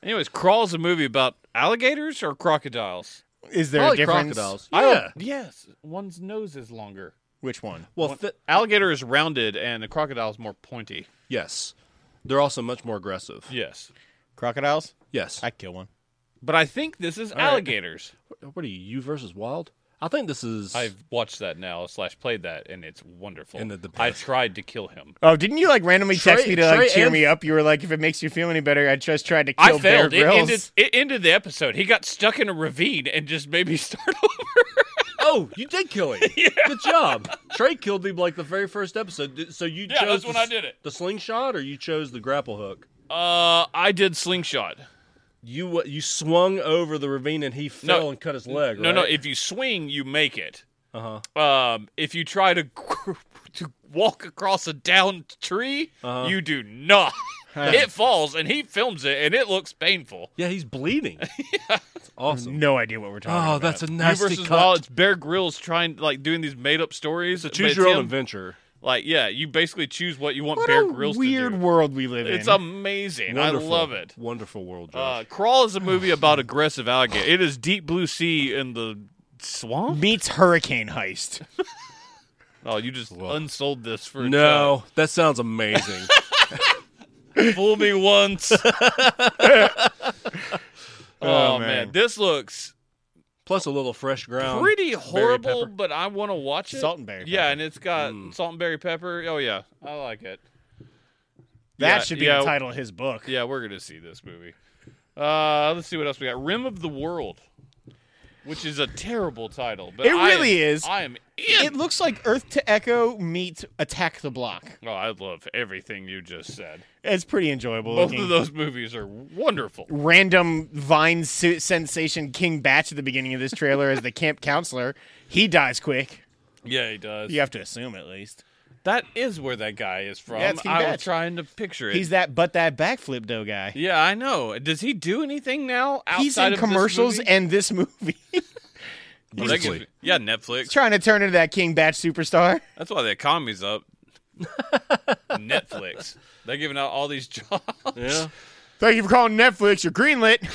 Anyways, Crawl's a movie about alligators or crocodiles.
Is there
Probably
a difference?
crocodiles.
I
Yeah.
don't- yes, one's nose is longer.
Which one?
Well, fi-
Alligator is rounded and the crocodile is more pointy.
yes. They're also much more aggressive.
Yes,
Crocodiles?
Yes.
I kill one.
but I think this is alligators.
what are you? You versus Wild? I think this
<laughs>
is.
I've watched that now slash played that and it's wonderful.
And the- the-
I tried to kill him.
Oh, didn't you like randomly text
Trey-
me to like
Trey
cheer
and-
me up? You were like, if it makes you feel any better, I just tried to
I
kill Bear
failed. It
Grylls.
ended, it ended the episode. He got stuck in a ravine and just made me <laughs> start over.
<laughs> oh, you did
<laughs>
kill him. Good job. Trey killed him like the very first episode. Did- So you
Yeah, that's
chose the
when I
s-
did it.
The slingshot, or you chose the grapple hook.
Uh, I did slingshot.
You uh, you swung over the ravine and he fell
No.
and cut his leg.
No, no. If you swing, you make it.
uh
Um, if you try to <laughs> to walk across a downed tree, you do not. <laughs> it falls, and he films it, and it looks painful.
yeah,
<laughs>
he's bleeding. It's
<laughs>
awesome.
No idea what we're talking about.
Oh, that's a
You
nasty
versus
cut.
Wild, it's Bear Grylls trying like doing these made up stories. but
Choose
it's
your own
him-
adventure.
Like, yeah, you basically choose what you want
what
Bear
a
Grylls
weird
to do.
world we live
It's
in.
amazing. I love it.
Wonderful Oh world,
Uh,
Josh.
Crawl is a movie about aggressive alligator. It is deep blue sea in the
<laughs>
swamp.
Meets Hurricane Heist.
Oh, you just unsold this for a
no, that sounds amazing.
<laughs> joke. fool me <laughs> once. oh, man.
man.
this looks
Plus a little fresh ground.
pretty horrible,
pepper.
but I want to watch it.
Salt and berry
yeah,
pepper.
and it's got salt and berry pepper. Oh yeah, I like it.
That
Yeah,
should be
yeah.
the title of his book.
Yeah, we're gonna see this movie. Uh, let's see what else we got. Rim of the World, which is a terrible title, but
It
I am-
really is.
I am in.
It looks like Earth to Echo meets Attack the Block.
oh, I love everything you just said.
It's pretty enjoyable.
Both
looking.
of those movies are wonderful.
random Vine su- sensation King Batch at the beginning of this trailer
<laughs>
as the camp counselor. He dies quick.
Yeah, he does.
You have to assume at least
That is where that guy is from.
Yeah, it's King
I was
Batch.
trying to picture it.
he's that but that backflip dough guy.
yeah, I know. Does he do anything now outside
he's in
of
commercials <laughs>
this movie?
and this movie.
Well, that gives me- yeah, Netflix.
Trying to turn into that King Batch superstar.
That's why the economy's
<laughs>
up. Netflix. They're giving out all these jobs. <laughs>
Yeah.
Thank you for calling Netflix. You're greenlit.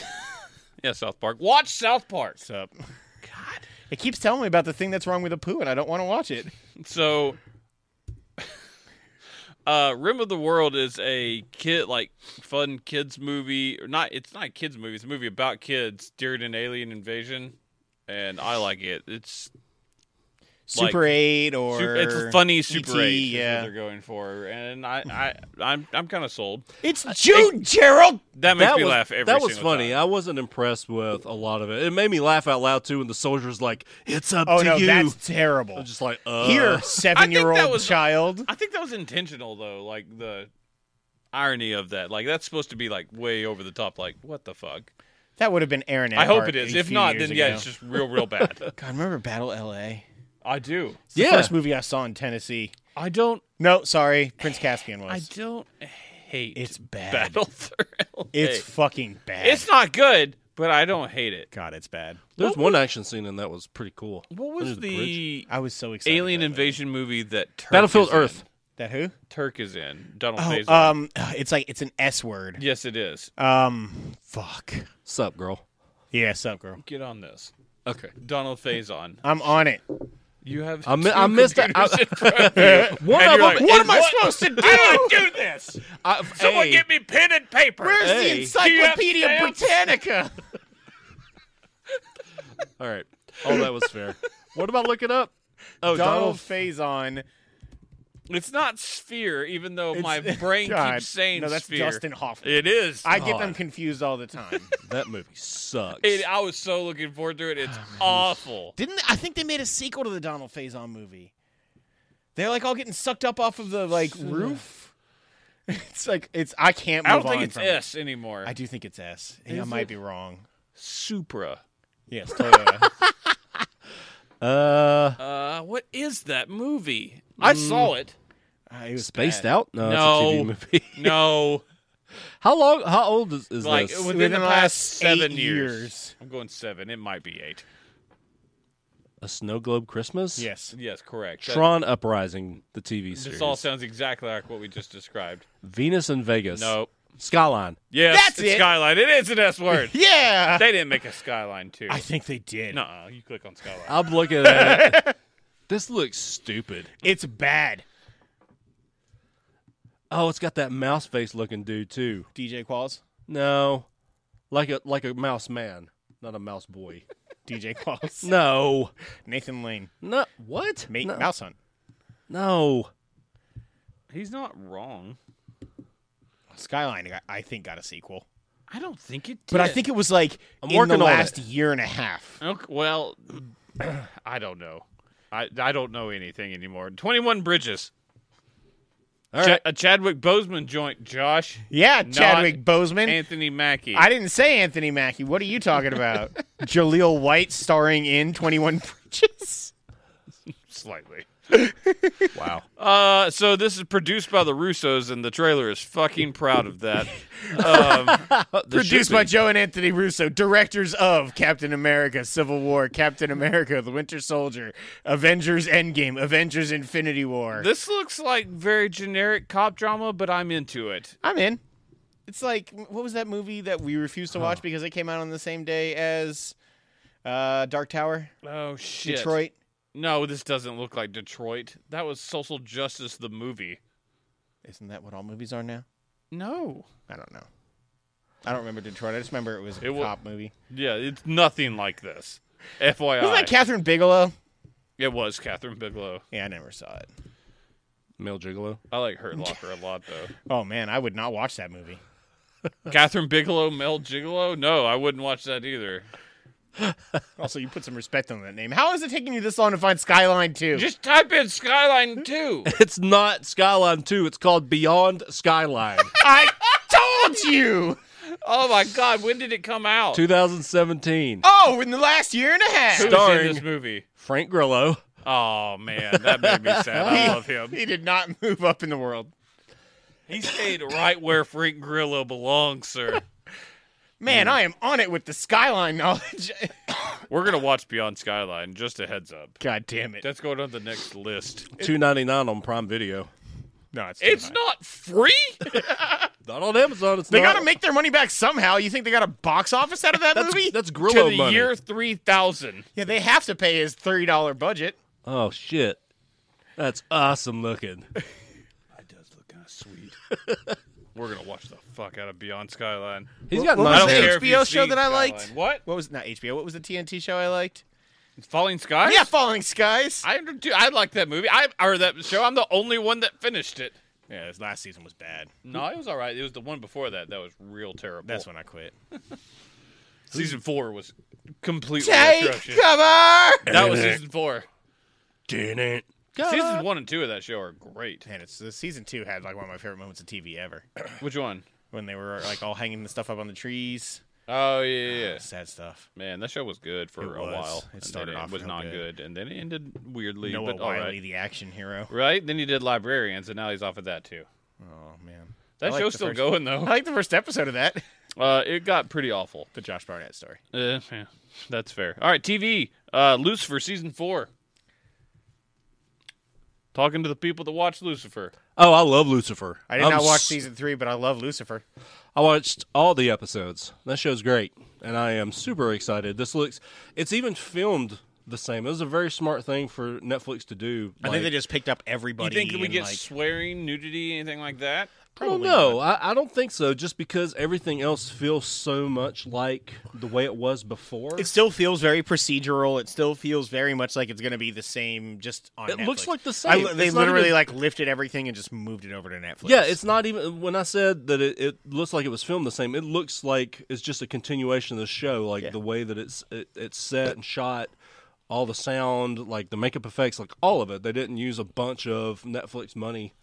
Yeah, South Park. Watch South Park.
What's up? God. It keeps telling me about the thing that's wrong with the poo, and I don't want to watch it.
So, <laughs> uh, Rim of the World is a kid like fun kids movie. Or not it's not a kids movie. It's a movie about kids during an alien invasion, and I like it. It's Like,
Super 8 or.
super, E it's a funny
E
Super
ET,
Eight. is what
Yeah.
they're going for, and I I I'm I'm kind of sold.
It's Jude Gerald.
That makes
that
me
was,
laugh every.
That was
single
funny.
time.
I wasn't impressed with a lot of it. It made me laugh out loud too when the soldier's like, "It's up
Oh,
to
no,
you."
that's terrible.
I'm just like,
<laughs>
uh,
Here,
I
seven
think that
year old
was-
child.
I think that was intentional though, like the irony of that. Like that's supposed to be like way over the top. Like what the fuck?
That would have been Aaron Eckhart
I hope it is.
a
If
few
not,
years
then yeah,
ago.
it's just real, real
<laughs>
bad.
God, remember Battle L.A.?
I do.
It's the
Yeah.
first movie I saw in Tennessee.
I don't.
No, sorry. <sighs> Prince Caspian was.
I don't hate.
it's bad.
Battle <laughs> for LA.
It's fucking bad.
it's not good, but I don't hate it.
God, it's bad.
There's one action scene in that was pretty cool.
What was
Under the
the,
bridge.
I was so excited.
alien
about that.
invasion movie that Turk
Battlefield
is in?
Earth?
That who?
Turk is in. Donald Faison.
Oh, um, <sighs> it's like it's an S word.
yes, it is.
Um, fuck.
Sup, girl?
Yeah, sup, girl.
Get on this.
Okay.
Donald Faison.
I'm on it.
You have.
I mi-
two
I missed that.
computers
I-
in front of you.
<laughs> One
And you're
of them-
like,
What am I
"What? <laughs>
supposed to do? Uh,
I don't do this.
I,
Someone
hey,
get me pen and paper.
Where's
Hey.
the Encyclopedia
Do you have
Britannica?
All right. Oh, that was fair. <laughs> what am I looking up? Oh,
Donald Faison.
It's not sphere, even though my
It's-
brain
<laughs> God.
keeps saying
No, that's
sphere.
Dustin Hoffman.
It is.
I get them
God.
confused all the time.
That movie sucks.
It- I was so looking forward to it.
Oh,
It's awful.
<laughs> Didn't I think they made a sequel to the Donald Faison movie? They're like all getting sucked up off of the like roof. <laughs> It's like it's I can't. Move
I don't think
on
it's
from it.
S anymore.
I do think it's S. Yeah, I
Is
might
it?
be wrong.
Supra.
Yes, <laughs> Toyota.
uh,
Uh, what is that movie? Mm. I saw it.
Ah, it was
spaced
bad.
out. No, it's a
No.
TV movie.
<laughs>
<laughs>
No,
How long? How old is, is
like
this?
within, the
Within the
past
last eight
seven
years.
I'm going seven. It might be eight.
a snow globe Christmas.
Yes.
Yes, correct. That-
Tron Uprising, the TV
this
series.
all sounds exactly like what we just
<laughs>
described.
Venus in Vegas.
No.
Skyline.
Yes,
That's
it's
it.
Skyline. It is an S
<laughs>
word.
Yeah.
they didn't make a Skyline too.
I think they
<laughs>
did.
Nuh-uh, you click on Skyline.
I'm looking
<laughs>
at it. This looks stupid.
It's bad.
Oh, it's got that mouse face looking dude too.
DJ Qualls.
No, like a like a mouse man, not a mouse boy. <laughs>
DJ Qualls.
No,
Nathan Lane.
no. What?
Mate
no.
Mouse Hunt.
no.
He's not wrong.
Skyline, I- I think, got a sequel.
I don't think it did.
But I think it was like
I'm
in the
working on
last
it.
year and a half.
Okay, well, <clears throat> I don't know. I, I don't know anything anymore. 21 Bridges.
All
Cha-
right.
a Chadwick Boseman joint, Josh.
Yeah,
Not
Chadwick Boseman.
Anthony Mackie.
I didn't say Anthony Mackie. What are you talking about? Jaleel White starring in 21 Bridges.
Slightly.
Wow.
Uh, so this is produced by the Russos, and the trailer is fucking proud of
<laughs>
that.
<laughs> Produced by Joe and Anthony Russo, directors of Captain America, Civil War, Captain America, The Winter Soldier, Avengers Endgame, Avengers Infinity War.
This looks like very generic cop drama, but I'm into it.
I'm in. It's like what was that movie that we refused to watch because it came out on the same day as uh, Dark Tower,
Oh shit!
Detroit.
No, this doesn't look like Detroit. That was Social Justice the movie.
Isn't that what all movies are now?
No.
I don't know. I don't remember Detroit. I just remember it was a
It wa-
cop movie.
Yeah, it's nothing like this. FYI,
Wasn't that Catherine Bigelow?
it was Catherine Bigelow.
Yeah, I never saw it.
Male Gigolo.
I like Hurt Locker a lot though.
Oh man, I would not watch that movie.
Catherine Bigelow, Mel Gigolo. No, I wouldn't watch that either.
Also, you put some respect on that name. How is it taking you this long to find Skyline 2?
Just type in Skyline Two.
It's not Skyline 2. It's called Beyond Skyline.
<laughs> I told you.
Oh my God, when did it come out?
2017.
Oh, in the last year and a half.
Who was
starring-
in this movie.
Frank Grillo.
Oh man, that made me sad. I love him.
He did not <laughs> move up in the world.
He stayed right where Frank Grillo belongs, sir. Hmm.
Man, I am on it with the Skyline knowledge. <laughs>
We're gonna watch Beyond Skyline. Just a heads up.
God damn it!
That's going on the next list.
Two ninety nine on Prime Video.
No, it's too
It's
high.
not
<laughs>
free.
Not on Amazon. It's
They
not.
got to make their money back somehow. You think they got a box office out of that
that's,
movie?
that's
to
Grillo
the
money.
year three thousand.
Yeah, they have to pay his thirty dollar budget.
Oh shit, that's awesome looking.
That does look kind of sweet. <laughs> We're gonna watch the fuck out of Beyond Skyline.
He's got
What was
I
nice
don't
the
care
hair.
if you
HBO show
see
that I
Skyline.
liked?
What?
What was not HBO? What was the TNT show I liked?
Falling Skies?
yeah, Falling Skies.
I under- dude, I like that movie. I or that show. I'm the only one that finished it.
yeah, this last season was bad.
No, it was all right. It was the one before that that was real terrible.
That's when I quit.
season four was completely
Take
atrocious.
cover. <laughs>
That was season four.
Didn't.
Season one and two of that show are great.
Man, it's the season two had like one of my favorite moments of TV ever
Which one?
when they were like all hanging the stuff up on the trees.
Oh yeah, yeah, yeah.
Sad stuff.
Man, that show was good for
It
a
was.
while.
It
and then
started
it
off
was
real
not
good.
good. and then it ended weirdly.
Noah
but all
Wiley,
right.
the action hero.
Right? Then he did librarians, and now he's off of that too.
Oh man, I
That
liked
show's
the
still
first-
going
I <laughs>
though.
like the first episode of that.
Uh, it got pretty awful.
The Josh Barnett story.
Uh, yeah, that's fair. All right, TV. Uh, Lucifer season four. Talking to the people that watch Lucifer.
Oh, I love Lucifer.
I did
I'm
not watch
s-
season three, but I love Lucifer.
I watched all the episodes. That show's great, and I am super excited. This looks. It's even filmed the same. It was a very smart thing for Netflix to do.
I think
like-
they just picked up everybody.
you think that we
and,
get
like,
swearing, nudity, anything like that?
I don't
Probably
know. I, I don't think so. Just because everything else feels so much like the way it was before.
It still feels very procedural. It still feels very much like it's going to be the same. Just on
It looks
Netflix.
like the
I,
same.
they
It's not
literally
even-
like lifted everything and just moved it over to Netflix.
yeah, it's not even when I said that it, it looks like it was filmed the same. It looks like it's just a continuation of the show, like the way that it's it, it's set and shot, all the sound, like the makeup effects, like all of it. They didn't use a bunch of Netflix money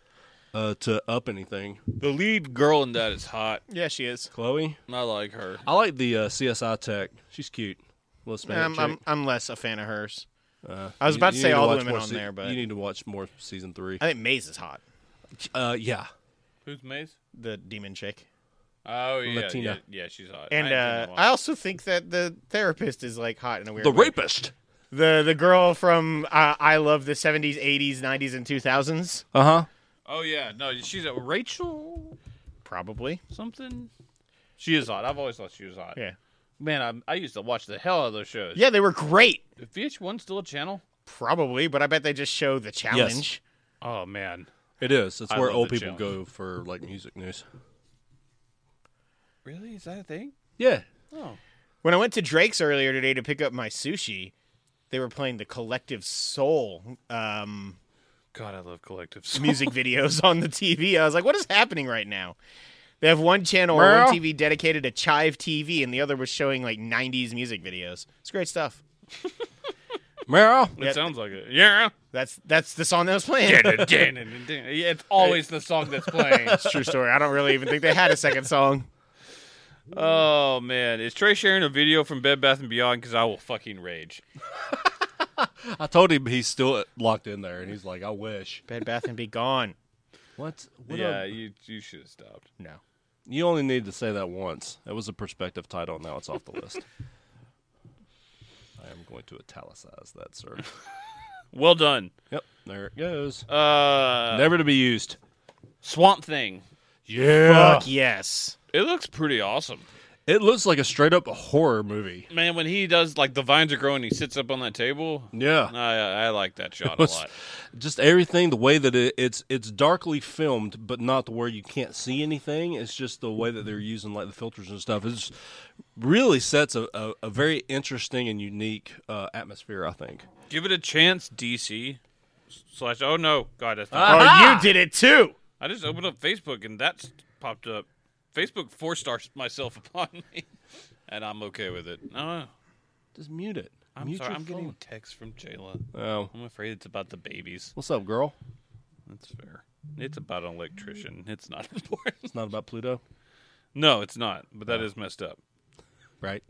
uh, to up anything.
The lead girl in that is hot.
yeah, she is.
Chloe,
I like her.
I like the uh, CSI tech. She's cute. Little Spanish
I'm,
chick.
I'm, I'm less a fan of hers. I was
Uh, You-
about
you
to say
need
all the
watch
women
more
on
se-
there, but
you need to watch more season three.
I think Maze is hot.
Uh, yeah,
Who's Maze?
The demon chick,
Oh yeah, yeah,
Latina.
yeah, she's hot. I
and
ain't
uh,
seen that
I
one.
also think that the therapist is like hot in a weird.
the
way.
rapist.
the the girl from uh, I love the 70s, 80s, 90s, and 2000s.
Uh huh.
oh yeah, no, she's a Rachel
Probably.
something. She is hot. I've always thought she was hot.
Yeah.
Man, I, I used to watch the hell out of those shows.
Yeah, they were great.
Is VH1 still a channel?
Probably, but I bet they just show the challenge.
Oh man,
It is. It's
I
where
love
old
the
people go for like music news.
really? Is that a thing?
Yeah.
Oh.
When I went to Drake's earlier today to pick up my sushi, they were playing the Collective Soul um,
God, I love collective soul.
music videos on the TV. I was like, what is happening right now? They have one channel or
Well-
one TV dedicated to Chive TV, and the other was showing like 90s music videos. It's great stuff.
Meryl.
<laughs> It sounds like it. Yeah. <laughs>
That's that's the song that was playing.
yeah. It's always the song that's playing.
True story. I don't really even think they had a second song.
<laughs> oh man, is Trey sharing a video from Bed Bath and Beyond? Because I will fucking rage.
I told him he's still locked in there, and he's like, "I wish."
Bed Bath and Be Gone.
What? what
yeah,
a-
you you should have stopped.
No.
you only need to say that once. That was a perspective title. Now it's off the <laughs> list. I am going to italicize that, <laughs> sir.
Well done.
yep. There it goes.
Uh,
Never to be used.
Swamp Thing.
Yeah.
Fuck yes.
It looks pretty awesome,
It looks like a straight up horror movie.
man. When he does like the vines are growing, he sits up on that table.
Yeah.
<laughs> I uh, I like that shot a
was-
lot.
just everything the way that it, it's it's darkly filmed but not to where you can't see anything it's just the way that they're using like the filters and stuff it just really sets a, a, a very interesting and unique uh, atmosphere i think
Give it a chance, DC. Slash. Oh no, God, that's
Ah.
not.
Oh, you did it too.
I just opened up Facebook and that's popped up. Facebook four stars myself <laughs> upon me, and I'm okay with it. No,
just mute it
I'm
mute
sorry.
your
I'm getting a
phone.
text from Jayla.
oh
I'm afraid it's about the babies.
what's up girl
That's fair. It's about an electrician. It's not <laughs> important.
it's not about pluto
No, it's not. But
Oh.
that is messed up.
right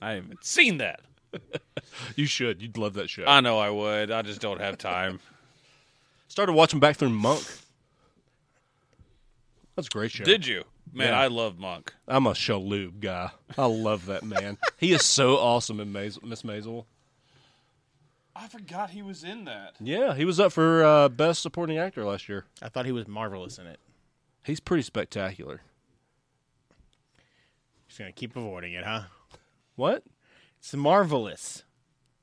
I haven't seen that.
you should you'd love that show
I know I would. I just don't
<laughs>
have time.
started watching back through monk That's a great show.
Did you? Man,
Yeah.
I love Monk.
I'm a Shalhoub guy. I love that <laughs> man. he is so awesome in Maisel, Miss Maisel.
I forgot he was in that.
Yeah, he was up for uh, best supporting actor last year.
I thought he was marvelous in it.
He's pretty spectacular.
Just gonna keep avoiding it, huh?
What?
It's marvelous.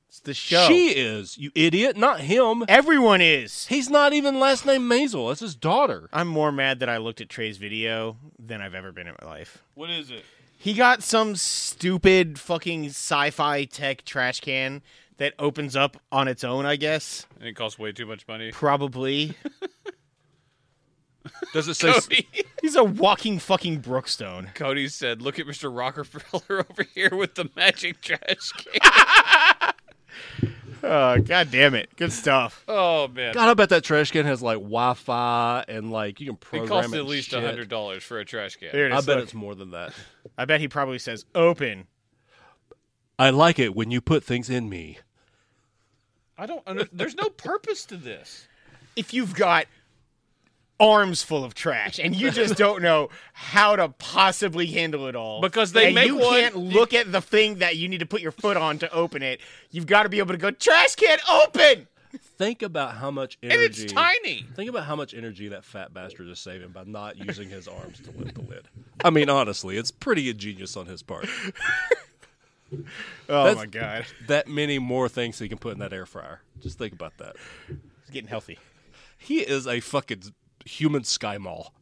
It's the show.
She is, you idiot, not him.
Everyone is.
He's not even last name Maisel. That's his daughter.
I'm more mad that I looked at Trey's video than I've ever been in my life.
What is it?
He got some stupid fucking sci-fi tech trash can that opens up on its own, I guess.
And it costs way too much money.
<laughs>
Probably.
Does it say?
Cody, <laughs>
He's a walking fucking brookstone.
Cody said, "Look at Mr. Rockefeller <laughs> over here with the magic trash can."
Oh, god damn it. Good stuff.
oh man,
God, I bet that trash can has like Wi-Fi and like you can program
it costs
it
at
and
least
shit.
hundred dollars for a trash can.
There it is.
I bet
Look.
it's more than that.
I bet he probably says open.
I like it when you put things in me.
I don't. Under- There's no purpose to this.
If you've got arms full of trash and you just don't know how to possibly handle it all
Because they
and
make
you
one-
can't look at the thing that you need to put your foot on to open it you've got to be able to go trash can open
Think about how much energy.
And it's tiny.
Think about how much energy that fat bastard is saving by not using his arms to lift the lid. I mean, honestly, it's pretty ingenious on his part.
oh
That's-
my god
That many more things he can put in that air fryer. Just think about that.
he's getting healthy
He is a fucking human sky mall.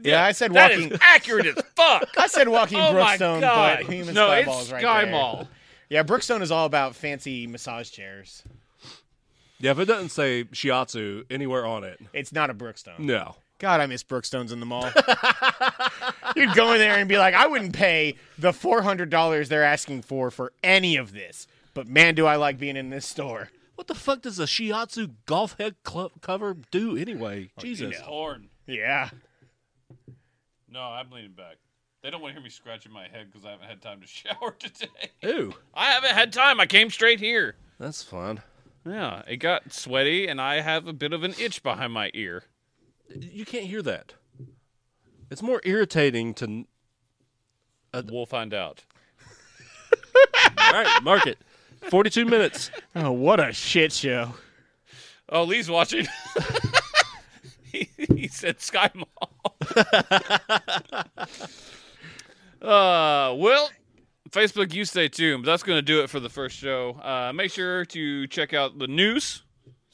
yeah i said
That is
walking
accurate as fuck.
i said walking
<laughs> oh my
brookstone
god!
but human
no,
sky
it's
Mall is right
Sky
there. <laughs>
Mall.
yeah brookstone is all about fancy massage chairs
Yeah, if it doesn't say shiatsu anywhere on it,
it's not a brookstone
no.
God, I miss Brookstones in the mall. <laughs> You'd go in there and be like, I wouldn't pay the four hundred dollars they're asking for for any of this. But man, do I like being in this store.
What the fuck does a shiatsu golf head club cover do anyway? Jesus.
Horn.
Yeah,
No, I'm leaning back. They don't want to hear me scratching my head because I haven't had time to <laughs> shower today.
Ew.
I haven't had time. I came straight here.
That's fun.
Yeah, it got sweaty, and I have a bit of an itch behind my ear.
You can't hear that. It's more irritating to.
We'll find out.
All right, mark it. 42 minutes.
Oh, what a shit show.
Oh, Lee's watching. <laughs> he, he said Sky Mall. <laughs> uh, well, Facebook, you stay tuned. But that's going to do it for the first show. Uh, make sure to check out the news.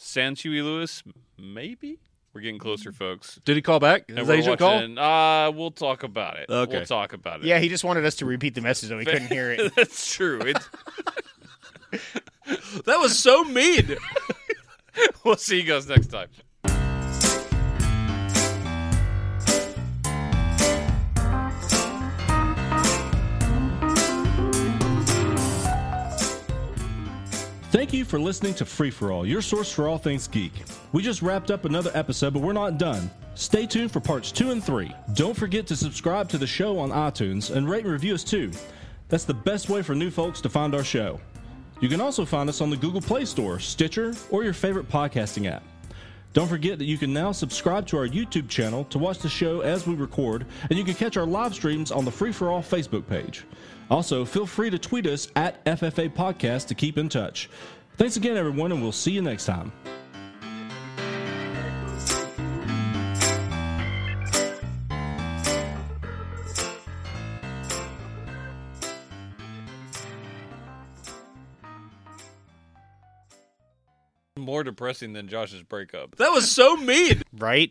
San Huey Lewis, maybe? We're getting closer, folks.
Did he call back? Is
we're
Agent call?
watching- Uh, we'll talk about it.
Okay.
We'll talk about it.
Yeah, he just wanted us to repeat the message, though we couldn't hear <laughs> it.
<laughs> That's true. It's,
That was so mean.
we'll see you guys next time.
Thank you for listening to Free For All, your source for all things geek. We just wrapped up another episode, but we're not done. Stay tuned for parts two and three. Don't forget to subscribe to the show on iTunes and rate and review us too. That's the best way for new folks to find our show. You can also find us on the Google Play Store, Stitcher, or your favorite podcasting app. Don't forget that you can now subscribe to our YouTube channel to watch the show as we record, and you can catch our live streams on the Free For All Facebook page. Also, feel free to tweet us at FFA Podcast to keep in touch. Thanks again, everyone, and we'll see you next time.
More depressing than Josh's breakup.
That was so mean.
Right?